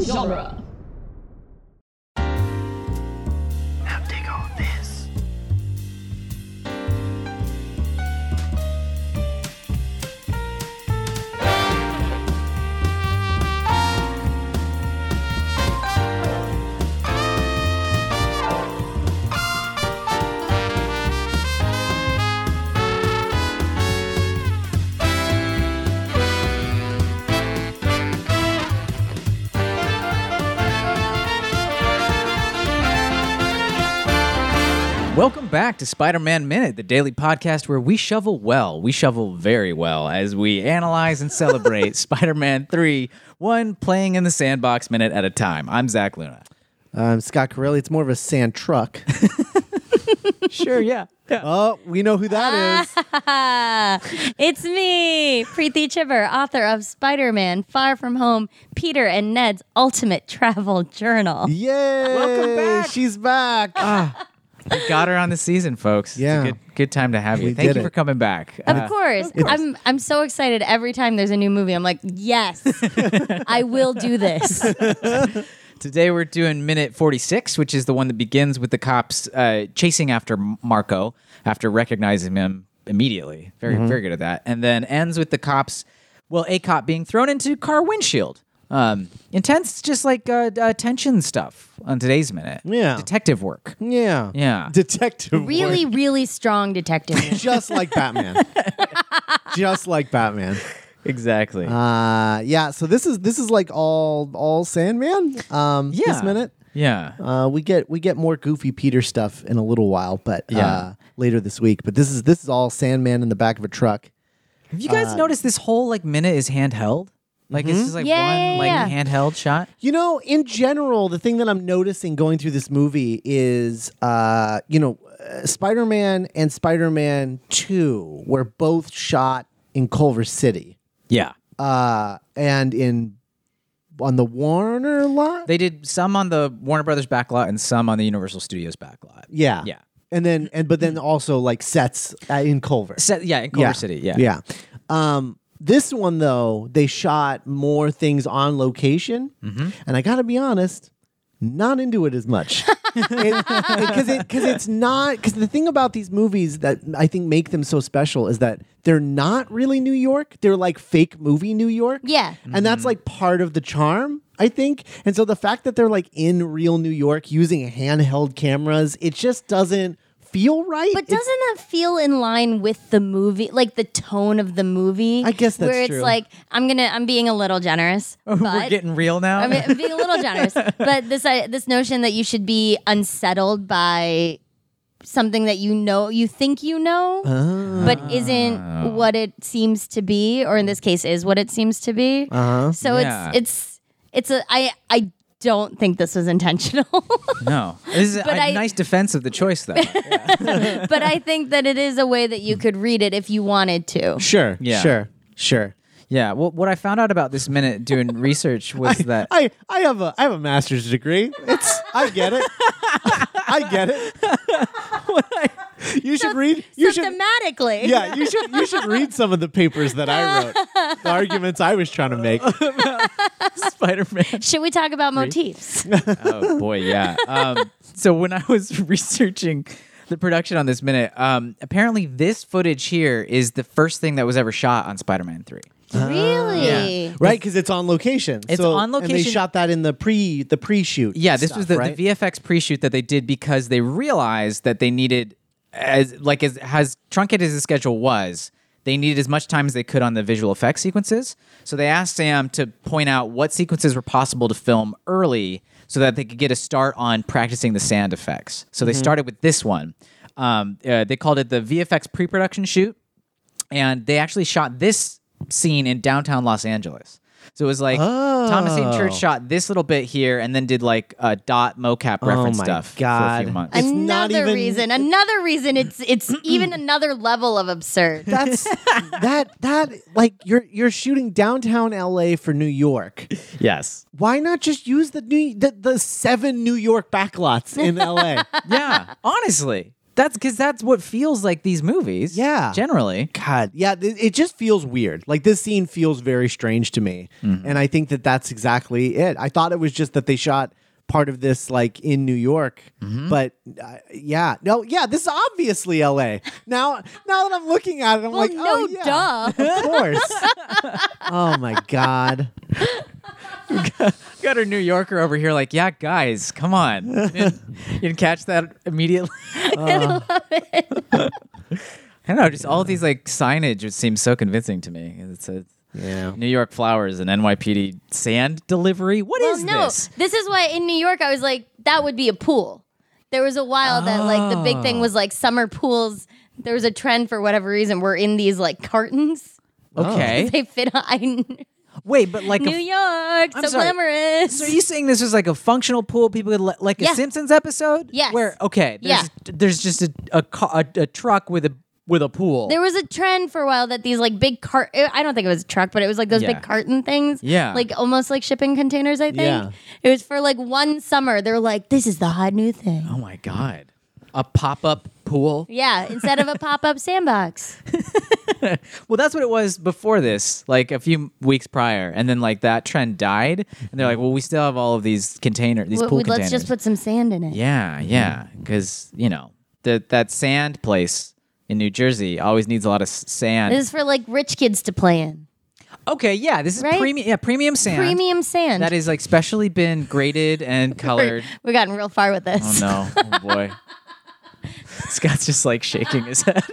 genre. Now dig on this. Welcome back to Spider Man Minute, the daily podcast where we shovel well. We shovel very well as we analyze and celebrate Spider Man 3, one playing in the sandbox minute at a time. I'm Zach Luna. Um, Scott Corelli. It's more of a sand truck. Sure, yeah. Ah. oh, we know who that is. It's me, Preeti Chibber, author of Spider Man Far From Home, Peter and Ned's Ultimate Travel Journal. Yay! Welcome back. Uh, She's back. We got her on the season, folks. Yeah. It's a good, good time to have you. We Thank did you for it. coming back. Of Uh, course. I'm I'm so excited every time there's a new movie. I'm like, yes, I will do this. today we're doing minute 46, which is the one that begins with the cops uh, chasing after Marco after recognizing him immediately. Very, very good at that. And then ends with the cops, well, a cop being thrown into car windshield. Um, intense, just like uh, uh, tension stuff on today's minute. Yeah. detective work. Um, yeah. Yeah. Detective. work. Really, really strong detective. work. Just like Batman. Just like Batman. Exactly. Uh, yeah. So this is this is like all all Sandman. Um, yeah. This minute. Yeah. Uh, we get we get more goofy Peter stuff in a little while, but Yeah. uh, later this week. But this is this is all Sandman in the back of a truck. Have you guys noticed this whole like minute is handheld? Like it's just like Yeah, one yeah, like yeah. handheld shot. You know, in general, the thing that I'm noticing going through this movie is, uh, you know, uh, Spider-Man and Spider-Man Two were both shot in Culver City, Yeah. uh, and in on the Warner lot. They did some on the Warner Brothers backlot and some on the Universal Studios backlot. yeah, Yeah. and then and but then also like sets uh, in Culver. Set, yeah, in Culver Yeah. City. Yeah. Yeah. Um, this one though, they shot more things on location, Mm-hmm. and I gotta be honest, not into it as much because it, because it's not because the thing about these movies that I think make them so special is that they're not really New York; they're like fake movie New York. Yeah. and that's Mm-hmm. like part of the charm. I think. And so the fact that they're like in real New York using handheld cameras, it just doesn't feel right. But It's- doesn't that feel in line with the movie, like the tone of the movie? I guess that's where it's true. like I'm gonna, I'm being a little generous, but We're getting real now. I mean, I'm being a little generous. But this, I this notion that you should be unsettled by something that you know, you think you know, Ah. but isn't what it seems to be, or in this case, is what it seems to be. Uh-huh. So Yeah. it's, it's, it's a, I, I don't think this was intentional. no. This is a But I- nice defense of the choice, though. but I think that it is a way that you could read it if you wanted to. Sure. Yeah. Sure. Sure. yeah. Well, what I found out about this minute doing research was that I, I have a I have a master's degree. It's I get it. I get it. you should read you should Systematically. yeah, you should you should read some of the papers that I wrote. The arguments I was trying to make. Spider Man. Should we talk about motifs? Oh, boy. Yeah. Um, so when I was researching the production on this minute, um, apparently this footage here is the first thing that was ever shot on Spider Man 3. Ah. really? Right, because it's on location. It's So- on And location. they shot that in the pre the pre shoot. Yeah, this was the, right? the VFX pre-shoot that they did because they realized that they needed as like as as truncated as the schedule was, they needed as much time as they could on the visual effects sequences. So they asked Sam to point out what sequences were possible to film early so that they could get a start on practicing the sand effects. So they started with this one. Um, uh, they called it the VFX pre-production shoot and they actually shot this scene in downtown Los Angeles. So it was like Thomas Thomasine Church Oh. shot this little bit here, and then did like uh, dot mocap reference Oh my stuff for a few God. months. It's not another even- reason. Another reason it's it's even another level of absurd. That's that that like you're you're shooting downtown LA for New York. yes, Why not just use the new the, the seven New York backlots in LA? yeah, honestly, That's because that's what feels like these movies. Yeah. Generally. God, yeah, th- it just feels weird. Like this scene feels very strange to me, and I think that that's exactly it. I thought it was just that they shot part of this like in New York, but uh, yeah, no, yeah, this is obviously L.A. Now, now that I'm looking at it, I'm Well, like, oh no, yeah, duh. of course. oh my God. Got a New Yorker over here like, yeah, guys, come on. you didn't catch that immediately? I don't know. Just all these like signage just seems so convincing to me. It's a Yeah. New York flowers and NYPD sand delivery. What Well, is no, this? is why in New York I was like, that would be a pool. There was a while that like the big thing was like summer pools. There was a trend for whatever reason. We're in these like cartons. Okay. They fit on I, Oh. New Wait, but like a York, so sorry. glamorous. So are you saying this was like a functional pool? People could li- like a Yeah. Simpsons episode? Yes. Where okay, there's, there's just a a, ca- a a truck with a with a pool. there was a trend for a while that these like big cart eh, I don't think it was a truck, but it was like those Yeah. big carton things. Yeah. Like almost like shipping containers, I think. Yeah. It was for like one summer. They're like, this is the hot new thing. oh my god, a pop up pool. Yeah, instead of a pop up sandbox. Well, that's what it was before this, like a few weeks prior, and then like that trend died, and they're like, well, we still have all of these container these W- pool we- containers. let's just put some sand in it. yeah, Mm-hmm. yeah, because you know that that sand place in New Jersey always needs a lot of s- sand. This is for like rich kids to play in. okay, yeah, this is Right? premium. Yeah, premium sand. Premium sand. That is like specially been graded and colored. We've gotten real far with this. Oh no! Oh boy! Scott's just like shaking his head.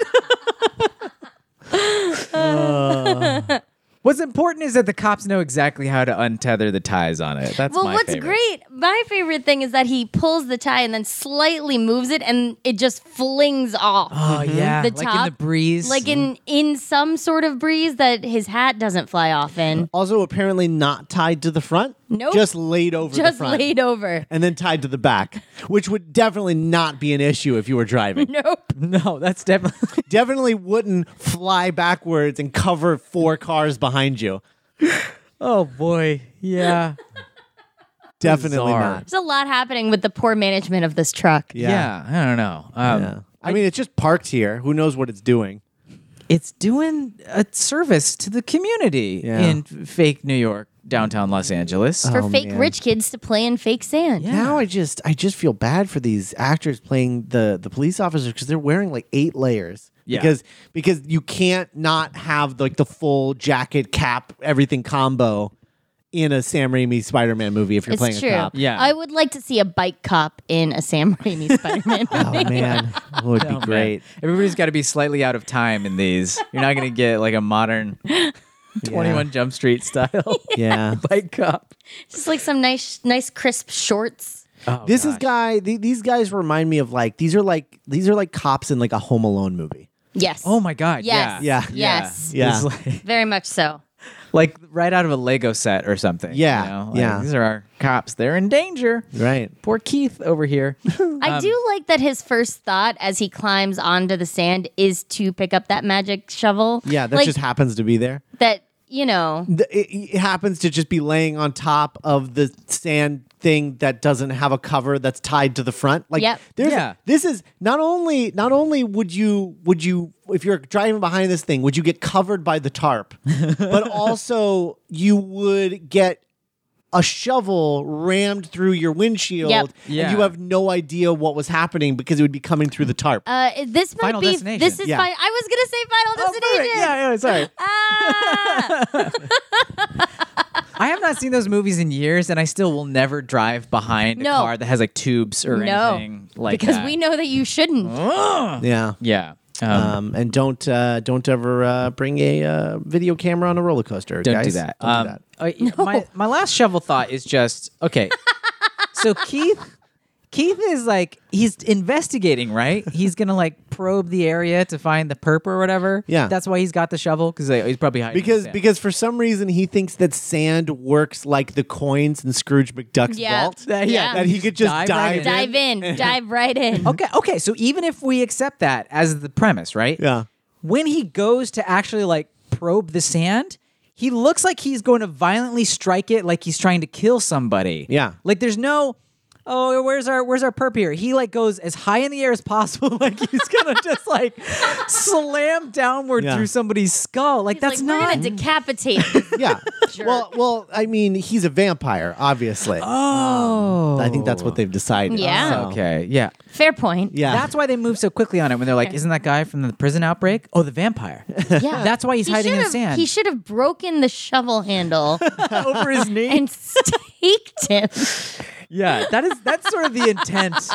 What's important is that the cops know exactly how to untether the ties on it. That's Well, my what's favorite. great, my favorite thing is that he pulls the tie and then slightly moves it and it just flings off. Oh yeah, mm-hmm, The like in top, the breeze. Like in in some sort of breeze that his hat doesn't fly off in. Also, apparently not tied to the front. Nope. Just laid over the Just front. laid over. and then tied to the back, which would definitely not be an issue if you were driving. Nope. no, that's definitely definitely wouldn't fly backwards and cover four cars behind you. oh boy, yeah, Definitely Bizarre. not. There's a lot happening with the poor management of this truck. yeah. I don't know. Um, Yeah. I mean, it's just parked here. Who knows what it's doing? It's doing a service to the community Yeah. in fake New York, downtown Los Angeles. For Oh, fake man. rich kids to play in fake sand. Yeah. Now I just I just feel bad for these actors playing the the police officers because they're wearing like eight layers. Yeah. Because because you can't not have like the full jacket cap everything combo in a Sam Raimi Spider-Man movie if you're playing It's true. a cop. Yeah. I would like to see a bike cop in a Sam Raimi Spider-Man movie. Oh man, it would be Oh, man. great. Everybody's got to be slightly out of time in these. You're not going to get like a modern 21 Jump Street style Yeah. bike cop. Just like some nice, nice crisp shorts. this is guy. the- these guys remind me of like these are like these are like cops in like a Home Alone movie. Yes. Oh my god. Yes. Yeah. Yeah. Yes. Yeah. This is like, Very much so. like right out of a Lego set or something. you Yeah, know? Like, yeah. These are our cops. They're in danger. Right. Poor Keith over here. I do like that his first thought as he climbs onto the sand is to pick up that magic shovel. Yeah, that like, just happens to be there. that. You know, Th- It, it happens to just be laying on top of the sand thing that doesn't have a cover that's tied to the front. Like Yep. there's Yeah. this is not only not only would you would you if you're driving behind this thing, would you get covered by the tarp? but also you would get a shovel rammed through your windshield Yep. Yeah. and you have no idea what was happening because it would be coming through the tarp. uh, this might Final be. Destination. This is. Yeah. Fi- I was gonna say Oh, Final Destination. yeah, yeah, sorry. Ah! I have not seen those movies in years, and I still will never drive behind a No. car that has like tubes or no, anything like because that. we know that you shouldn't. Uh, yeah. Yeah. Um, Um, and don't uh, don't ever uh, bring a uh, video camera on a roller coaster. Don't guys. do that. Don't Um, do that. uh, My my last shovel thought is just okay. so Keith. Keith is like he's investigating, right? He's gonna like probe the area to find the perp or whatever. Yeah. that's why he's got the shovel because he's probably hiding. Because the sand. because for some reason he thinks that sand works like the coins in Scrooge McDuck's Yeah. vault. That- yeah, Yeah. That he could just Dive dive, right in. Dive in. dive right in. okay, okay. So even if we accept that as the premise, right? Yeah. When he goes to actually like probe the sand. He looks like he's going to violently strike it like he's trying to kill somebody. Yeah. Like there's no oh, where's our where's our perp here? He like goes as high in the air as possible, like he's gonna just like slam downward Yeah. through somebody's skull. Like He's that's like, We're not. gonna decapitate. Yeah. Well, well, I mean, he's a vampire, obviously. Um, oh, I think that's what they've decided. Yeah. so- Okay. Yeah. Fair point. Yeah. That's why they move so quickly on it when they're like, "Isn't that guy from the prison outbreak? Oh, the vampire." Yeah. That's why he's hiding in should've- sand. He should have broken the shovel handle over his knee. and staked him. Yeah. that is that's sort of the intent.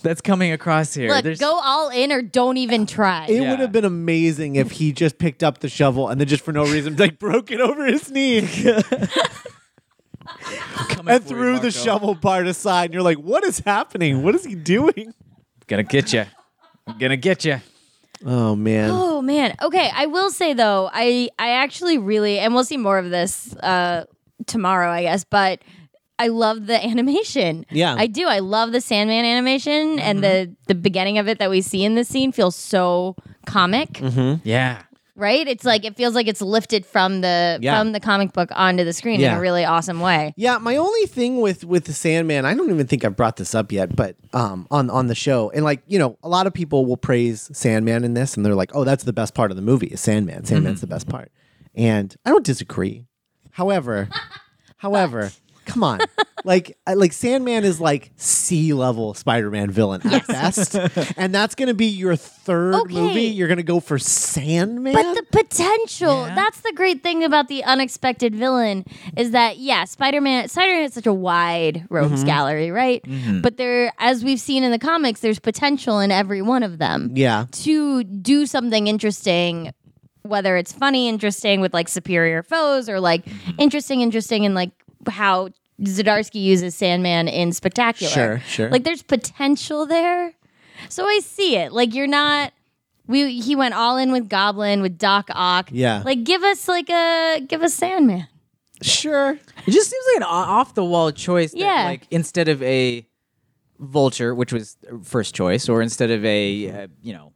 That's coming across here. Look, There's- go all in or don't even try. it Yeah. would have been amazing if he just picked up the shovel and then just for no reason like broke it over his knee Coming and for you, threw Marco. the shovel part aside. And you're like, what is happening? What is he doing? Gonna get you. Gonna get you. Oh man. Oh man. Okay, I will say though, I I actually really and we'll see more of this uh tomorrow, I guess, but I love the animation. Yeah. Mm-hmm. I do. I love the Sandman animation and the the beginning of it that we see in this scene feels so comic, Mm-hmm. Yeah. right? It's like it feels like it's lifted from the Yeah. from the comic book onto the screen in Yeah. a really awesome way. Yeah, my only thing with with the Sandman, I don't even think I've brought this up yet, but um, on on the show, and like you know, a lot of people will praise Sandman in this, and they're like, "Oh, that's the best part of the movie is Mm-hmm. Sandman. Sandman's the best part," and I don't disagree. However, however, come on, like I- like Sandman is like C level Spider Man villain at best, and that's gonna be your third Okay. movie. You're gonna go for Sandman, But the potential, Yeah. that's the great thing about the unexpected villain is that yeah, Spider-Man Spider-Man has such a wide rogues gallery, right? But there as we've seen in the comics, there's potential in every one of them yeah, to do something interesting whether it's funny, interesting with like superior foes or like Mm-hmm. interesting interesting in like how Zdarsky uses Sandman in Spectacular. Sure, sure. Like there's potential there. So I see it. Like you're not we he went all in with Goblin with Doc Ock. Yeah. Like give us like a give us Sandman. sure, It just seems like an o- off the wall choice. That, Yeah. Like instead of a vulture, which was first choice, or instead of a uh, you know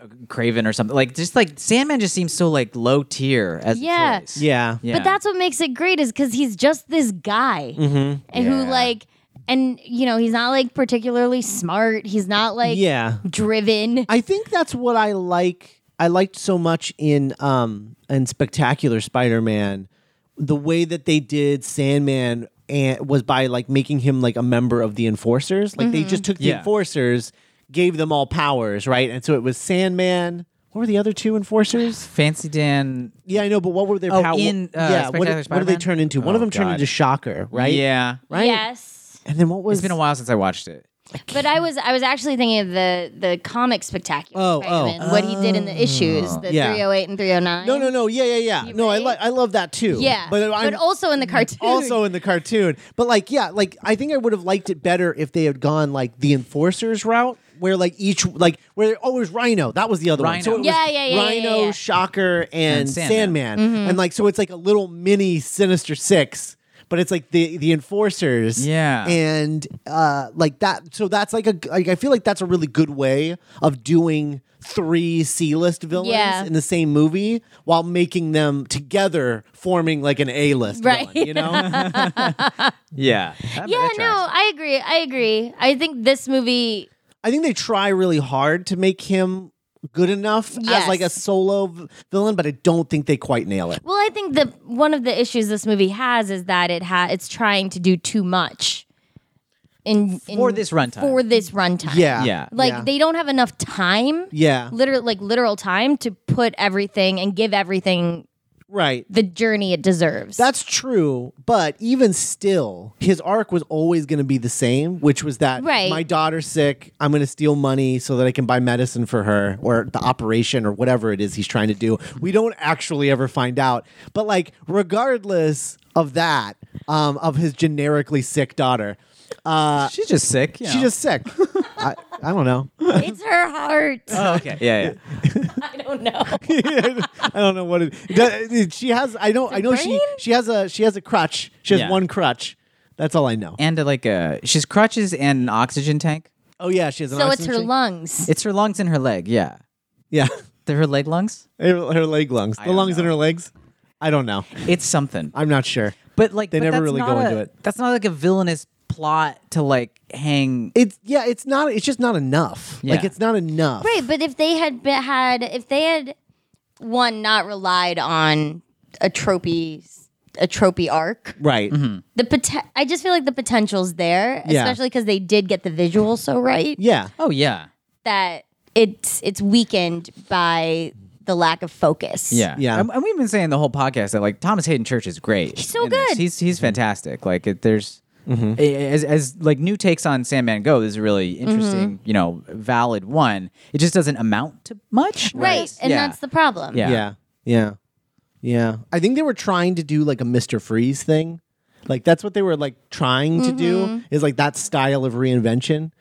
a craven or something like just like Sandman just seems so like low tier as Yeah. a choice. yeah, Yeah. But that's what makes it great is because he's just this guy Mm-hmm. and who Yeah. like and you know he's not like particularly smart. He's not like yeah. driven. I think that's what I like. I liked so much in um in Spectacular Spider-Man, the way that they did Sandman and was by like making him like a member of the Enforcers. Like Mm-hmm. they just took the Yeah. Enforcers, gave them all powers, right? And so it was Sandman. What were the other two Enforcers? Fancy Dan. Yeah, I know, but what were their Oh, powers? in, uh, yeah, Spectacular what, did- what did they Spider-Man? turn into? One of Oh, them turned God. into Shocker, right? Yeah. right. Yes. And then what was? It's been a while since I watched it. But I was I was actually thinking of the the comic spectacular Oh, Spider-Man, what he did in the issues, the Yeah. 308 and 309. No, no, no. Yeah, yeah, yeah. no, I like right? I love that too. Yeah, but, I'm- also in the cartoon. also in the cartoon. But like, yeah, like I think I would have liked it better if they had gone like the enforcers route, where like each like where oh, it was Rhino. That was the other one. Rhino. So it Yeah, was yeah, yeah, yeah, Rhino, yeah, Mm-hmm. yeah. Shocker, and, And Sandman, Sandman. and like so it's like a little mini Sinister Six. But it's like the the enforcers, Yeah. and uh, like that. So that's like a like I feel like that's a really good way of doing three C list villains Yeah. in the same movie while making them together forming like an A list, Right. Villain, you know, Yeah. yeah, no, I agree. I agree. I think this movie I think they try really hard to make him good enough as Yes. like a solo v- villain, but I don't think they quite nail it. Well, I think the one of the issues this movie has is that it ha- it's trying to do too much in, in For this runtime. For this runtime. Yeah. Yeah. Like yeah. they don't have enough time, yeah. literal like literal time to put everything and give everything Right. the journey it deserves. That's true, but even still, his arc was always going to be the same, which was that Right. my daughter's sick. I'm going to steal money so that I can buy medicine for her or the operation or whatever it is he's trying to do. We don't actually ever find out. But, like, regardless of that, um, of his generically sick daughter, uh, She's just sick. you she's know. just sick. I, I don't know. it's her heart. Oh, okay. Yeah. Yeah. I don't know. I don't know what it. that- She has. I know. I know. She brain? she has a she has a crutch. She has Yeah. one crutch. That's all I know. And uh, like a she's crutches and an oxygen tank. Oh yeah, she has an. So it's oxygen her tank. lungs. It's her lungs and her leg. Yeah. Yeah, They're her leg lungs. her, her leg lungs. The don't lungs in know. her legs. I don't know. It's something. I'm not sure. But like They but never that's really not go a- into it. That's not like a villainous plot to like hang. It's yeah, it's not. It's just not enough. Like Yeah. it's not enough. Right, but if they had be- had if they had one not relied on a tropey a tropey arc, Right. Mm-hmm. the pot- I just feel like the potential's there, Yeah. especially because they did get the visual so right Yeah. Oh yeah, that it's it's weakened by the lack of focus. yeah, Yeah. And, and we've been saying the whole podcast that like Thomas Hayden Church is great. He's so in this. good. He's he's Mm-hmm. fantastic. Like it, there's a- as as like new takes on Sandman go. There's a really Mm-hmm. interesting, you know, valid one. It just doesn't amount to much. Right, and Yeah. that's the problem. Yeah. Yeah. Yeah. Yeah. I think they were trying to do like a Mr. Freeze thing. Like that's what they were like trying to do is like that style of reinvention.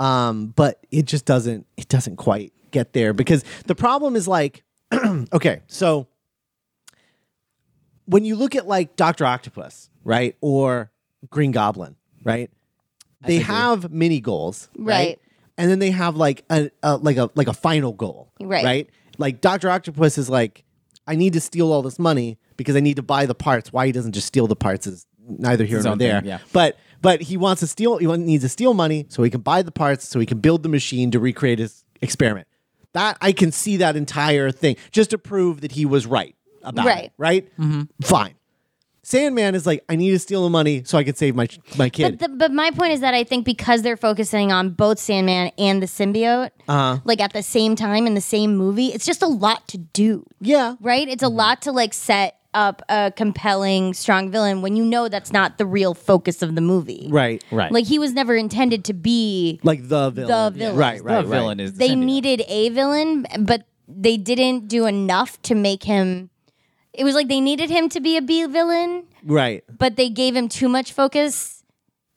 Um, but it just doesn't it doesn't quite get there because the problem is like okay, so when you look at like Doctor Octopus, right, or Green Goblin, right? They have mini goals, Right. And then they have like a, a like a like a final goal, Right. Right. Like Doctor Octopus is like, I need to steal all this money because I need to buy the parts. Why he doesn't just steal the parts is neither here His nor own thing, there. yeah. But but he wants to steal. He wa- needs to steal money so he can buy the parts so he can build the machine to recreate his experiment. That I can see that entire thing just to prove that he was right about it, Right. Right. Mm-hmm. Fine. Sandman is like, I need to steal the money so I can save my my But kid. the, but my point is that I think because they're focusing on both Sandman and the symbiote, Uh-huh. like at the same time in the same movie, it's just a lot to do. yeah. right? Mm-hmm. It's a lot to like set up a compelling, strong villain when you know that's not the real focus of the movie. Right. Right. Like he was never intended to be. Like the villain. villain. Right. The Right. the right. villain is the They symbiote. needed a villain, but they didn't do enough to make him. It was like they needed him to be a B villain, Right. but they gave him too much focus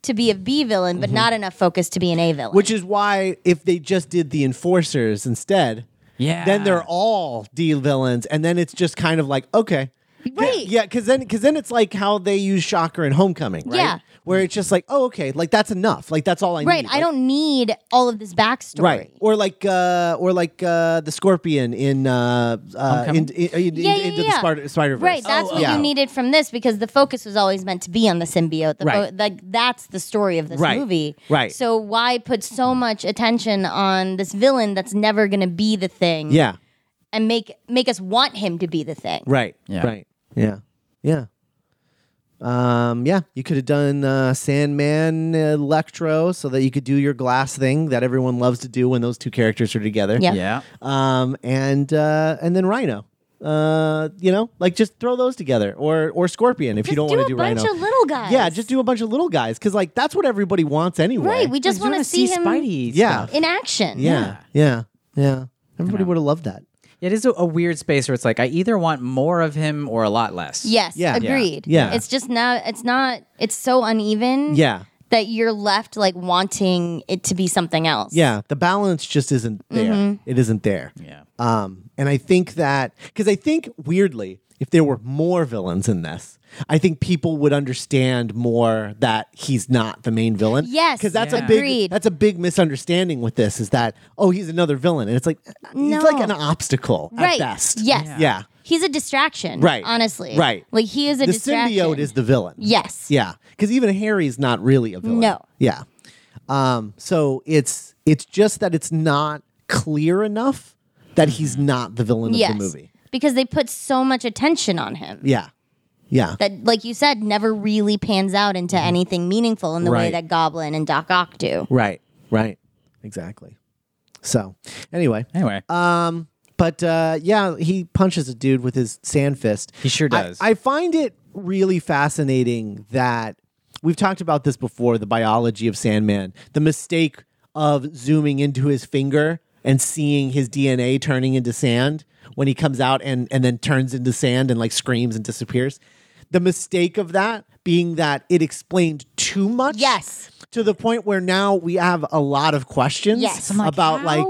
to be a B villain, but not enough focus to be an A villain. Mm-hmm. Which is why if they just did the enforcers instead, Yeah. then they're all D villains, and then it's just kind of like okay. Right. Yeah, because then because then it's like how they use Shocker in Homecoming, right? Yeah. Where it's just like, oh, okay, like that's enough. Like that's all I right? need. I Like, don't need all of this backstory. Right. Or like uh or like uh the scorpion in uh, uh in, in, in- Yeah, yeah, into yeah. the spider verse. Right, that's what Oh, yeah. you needed from this because the focus was always meant to be on the symbiote. The Right. fo- like that's the story of this Right, movie. right. So why put so much attention on this villain that's never going to be the thing? Yeah. And make make us want him to be the thing. Right. Yeah. Right. Yeah. Yeah. Um, yeah, you could have done uh, Sandman, uh, Electro, so that you could do your glass thing that everyone loves to do when those two characters are together. Yeah. yeah. Um, and uh, and then Rhino. Uh, you know, like just throw those together, or or Scorpion if you Just don't want to a do bunch Rhino. of little guys. yeah, just do a bunch of little guys because like that's what everybody wants anyway. right. We just want to see, him Spidey. yeah, in action. yeah, yeah, yeah. Everybody would have loved that. It is a, a weird space where it's like I either want more of him or a lot less. Yes. Yeah. Agreed. Yeah. Yeah. It's just not. It's not. It's so uneven. Yeah, That you're left like wanting it to be something else. yeah. The balance just isn't there. Mm-hmm. It isn't there. Yeah. Um, and I think that because I think weirdly, if there were more villains in this, I think people would understand more that he's not the main villain. Yes, because that's a Yeah. big agreed. that's a big misunderstanding with this is that oh he's another villain and it's like uh, No. he's like an obstacle Right. at best. Yes. yeah. He's a distraction. Right. Honestly. Right. Like he is a The distraction. symbiote is the villain. Yes. Yeah, because even Harry's not really a villain. No. Yeah. Um. So it's it's just that it's not clear enough that he's not the villain Mm-hmm. Yes. of the movie. Because they put so much attention on him Yeah. Yeah. that, like you said, never really pans out into anything meaningful in the way Mm-hmm. Right. that Goblin and Doc Ock do. Right. Right. Exactly. So, anyway, Anyway, um, but uh, yeah, he punches a dude with his sand fist. He sure I- does. I, find it really fascinating that we've talked about this before. The biology of Sandman, the mistake of zooming into his finger and seeing his DNA turning into sand when he comes out and and then turns into sand and like screams and disappears. The mistake of that being that it explained too much. Yes. To the point where now we have a lot of questions Yes. I'm about like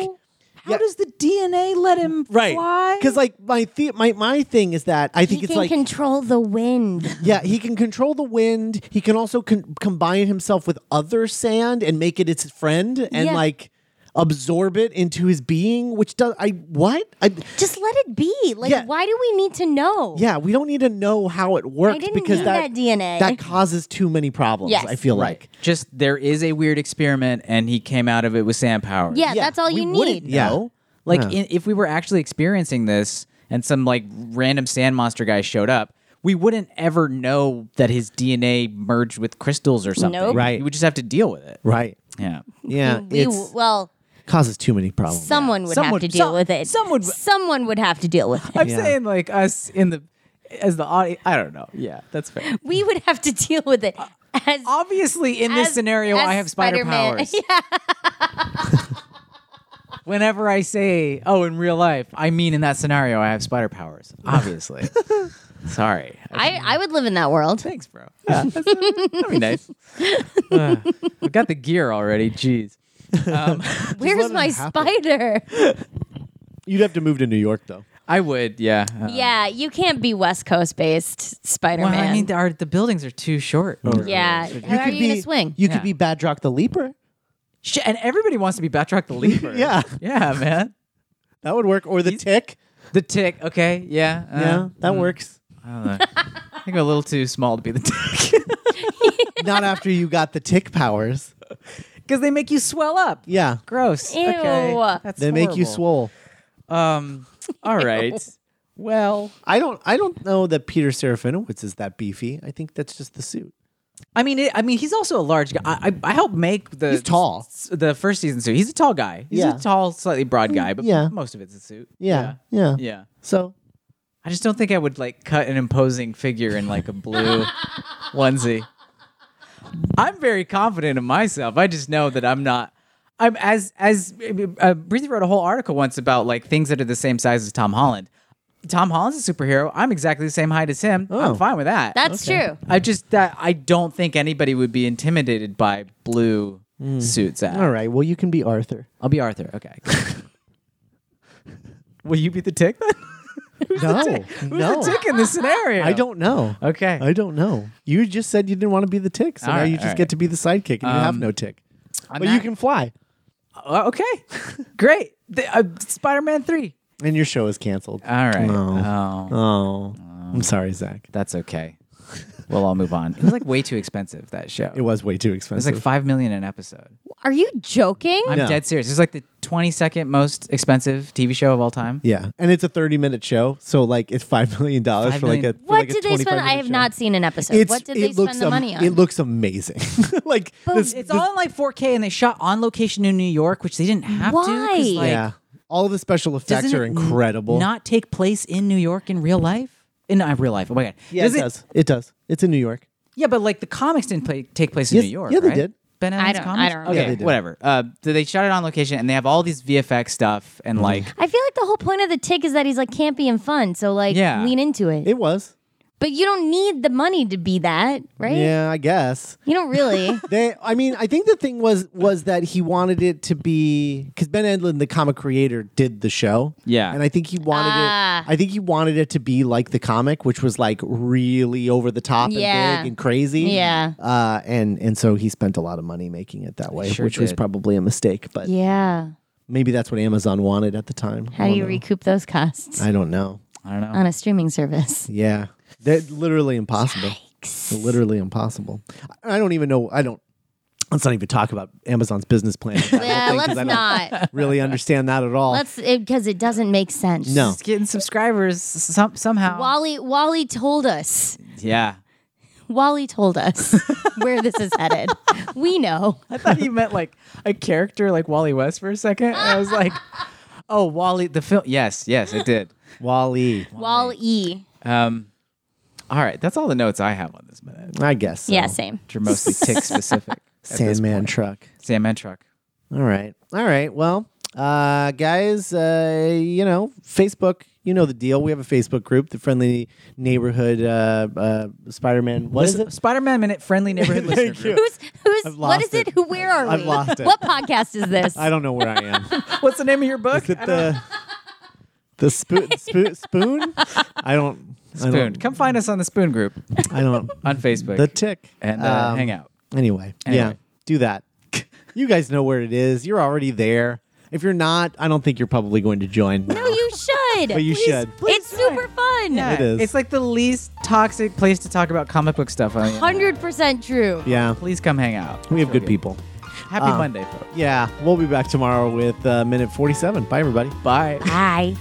how does the DNA let him right because like my, the- my my thing is that i He think it's can like control the wind. yeah he can control the wind he can also con- combine himself with other sand and make it its friend and Yeah. like absorb it into his being, which does I what? I Just let it be. Like, Yeah. why do we need to know? yeah, we don't need to know how it worked I didn't because need that, that, DNA. that causes too many problems, Yes. I feel like. Just there is a weird experiment, and he came out of it with Sam Power. yeah, that's all we you wouldn't need. know. Like Yeah. in, if we were actually experiencing this, and some like random sand monster guy showed up, we wouldn't ever know that his DNA merged with crystals or something. Nope. Right. We would just have to deal with it. Right. Yeah. Yeah. We, it's well, causes too many problems. someone would Some have would- to deal some- with it. some would- Someone would have to deal with it. I'm Yeah. saying like us in the as the audience. I don't know. Yeah, that's fair. we would have to deal with it. As Obviously, in As- this scenario, as I have spider Spider-Man. powers. Whenever I say, "Oh, in real life," I mean in that scenario, I have spider powers. Obviously. Sorry. I, I would live in that world. Thanks, bro. Yeah, that's- that'd be nice. Uh, we got the gear already. Jeez. Where's my spider? You'd have to move to New York though. I would. Yeah. Uh, yeah, you can't be West Coast based Spider Well, Man. I mean, the, our, the buildings are too short. over- yeah, how are you be, gonna swing? You Yeah. could be Badrock the Leaper. Shit, and everybody wants to be Batroc the Leaper. Yeah. Yeah, man. That would work. Or the tick. The tick. Okay. Yeah. uh, yeah, that works. I think I'm a little too small to be the tick. Not after you got the tick powers. Because they make you swell up. Yeah. Gross. Ew. Okay. That's They make you horrible. swole. Um. All right. Well, I don't I don't know that Peter Serafinowicz is that beefy. I think that's just the suit. I mean, it, I mean, he's also a large guy. I, I, I helped make the He's tall. s- the first season suit. He's a tall guy. He's Yeah. Mm, a tall, slightly broad guy, but Yeah. most of it's a suit. Yeah. Yeah. yeah. Yeah. So I just don't think I would like cut an imposing figure in like a blue onesie. I'm very confident in myself. I just know that I'm not. I'm as as uh, Breezy wrote a whole article once about like things that are the same size as Tom Holland. Tom Holland's a superhero. I'm exactly the same height as him. Oh. I'm fine with that. That's true. I just that I don't think anybody would be intimidated by blue suits. At. Hmm. all right. Well you can be Arthur. I'll be Arthur. Okay. Will you be the tick then? no. Who's no. the tick in this scenario? Oh. I don't know. Okay. I don't know. You just said you didn't want to be the tick, so All now right, you just all right. get to be the sidekick and you have Um, no tick. I'm But you not- can fly. Oh, okay, great. The, uh, Spider-Man three. And your show is canceled. All right. No. Oh, Oh. I'm sorry, Zach. that's okay. Well, I'll move on. It was like way too expensive that show. It It was, was way too expensive. like five million an episode. Are you joking? I'm No. dead serious. It's like the twenty-second most expensive TV show of all time. yeah. And it's a 30 minute show, so like it's 5 million dollars Five for like a million. for what like a did they 25 spend? I minute have show. not seen an episode. It's- what did it they looks spend the am- money on? It looks amazing. like this, Oh, It's this- all in like 4K, and they shot on location in New York, which they didn't have to. 'cause, Why? Like, yeah. All of the special effects doesn't are it n- incredible. Not take place in New York in real life. In uh, real life. Oh my god. yeah, it, does. It does. It's in New York. Yeah, but like the comics didn't play, take place in Yes- New York. yeah, they right? did. Ben Allen's don't- I comics. don't Okay, remember. Yeah, they did. whatever. Uh, so they shot it on location, and they have all these VFX stuff, and like I feel like the whole point of the tick is that he's like campy and fun, so like Yeah. lean into it. It was. But you don't need the money to be that, right? Yeah, I guess. You don't really. They, I mean, I think the thing was was that he wanted it to be because Ben Edlin, the comic creator, did the show. Yeah. and I think he wanted Ah. it. I think he wanted it to be like the comic, which was like really over the top Yeah. and big and crazy. Yeah. uh, and and so he spent a lot of money making it that way, Sure which was did. probably a mistake. But yeah. maybe that's what Amazon wanted at the time. How I do don't you know. recoup those costs I don't know. I don't know. on a streaming service? Yeah. They're literally impossible. Literally impossible. I I don't even know. I don't. Let's not even talk about Amazon's business plan. Yeah, let's I don't not. really understand that at all. Let's because it doesn't make sense. no. Just getting subscribers some, somehow. Wally Wally told us. yeah. Wally told us where this is headed. We know. I thought you meant like a character like Wally West for a second. And I was like, oh, Wally, the film. Yes, yes, it did. Wally. Wally. Um, all right. That's all the notes I have on this minute, I guess. So. Yeah, same. which are mostly tick specific. Sandman truck. Sandman truck. All right. All right. Well, uh, guys, uh, you know, Facebook, you know the deal. We have a Facebook group, the Friendly Neighborhood uh, uh, Spider Man. What is it? Spider Man Minute Friendly Neighborhood Listener Thank Group. you. Who's who's I've what lost is it? it. Who where are we? I've lost it. What podcast is this? I don't know where I am. What's the name of your book? Is it the the spoon spoon spoon? I don't I Spoon. don't, Come find us on the Spoon Group I don't on Facebook. the tick and uh, Um, hang out. Anyway, yeah, Anyway. do that. you guys know where it is. You're already there. If you're not, I don't think you're probably going to join. No, you should. But you should. it's super fun. Yeah, It is. It's like the least toxic place to talk about comic book stuff. I mean, Hundred percent true. Yeah, please come hang out. we have good people. Uh, Happy Monday, folks. Yeah, we'll be back tomorrow with uh, minute 47. Bye, everybody. Bye. Bye.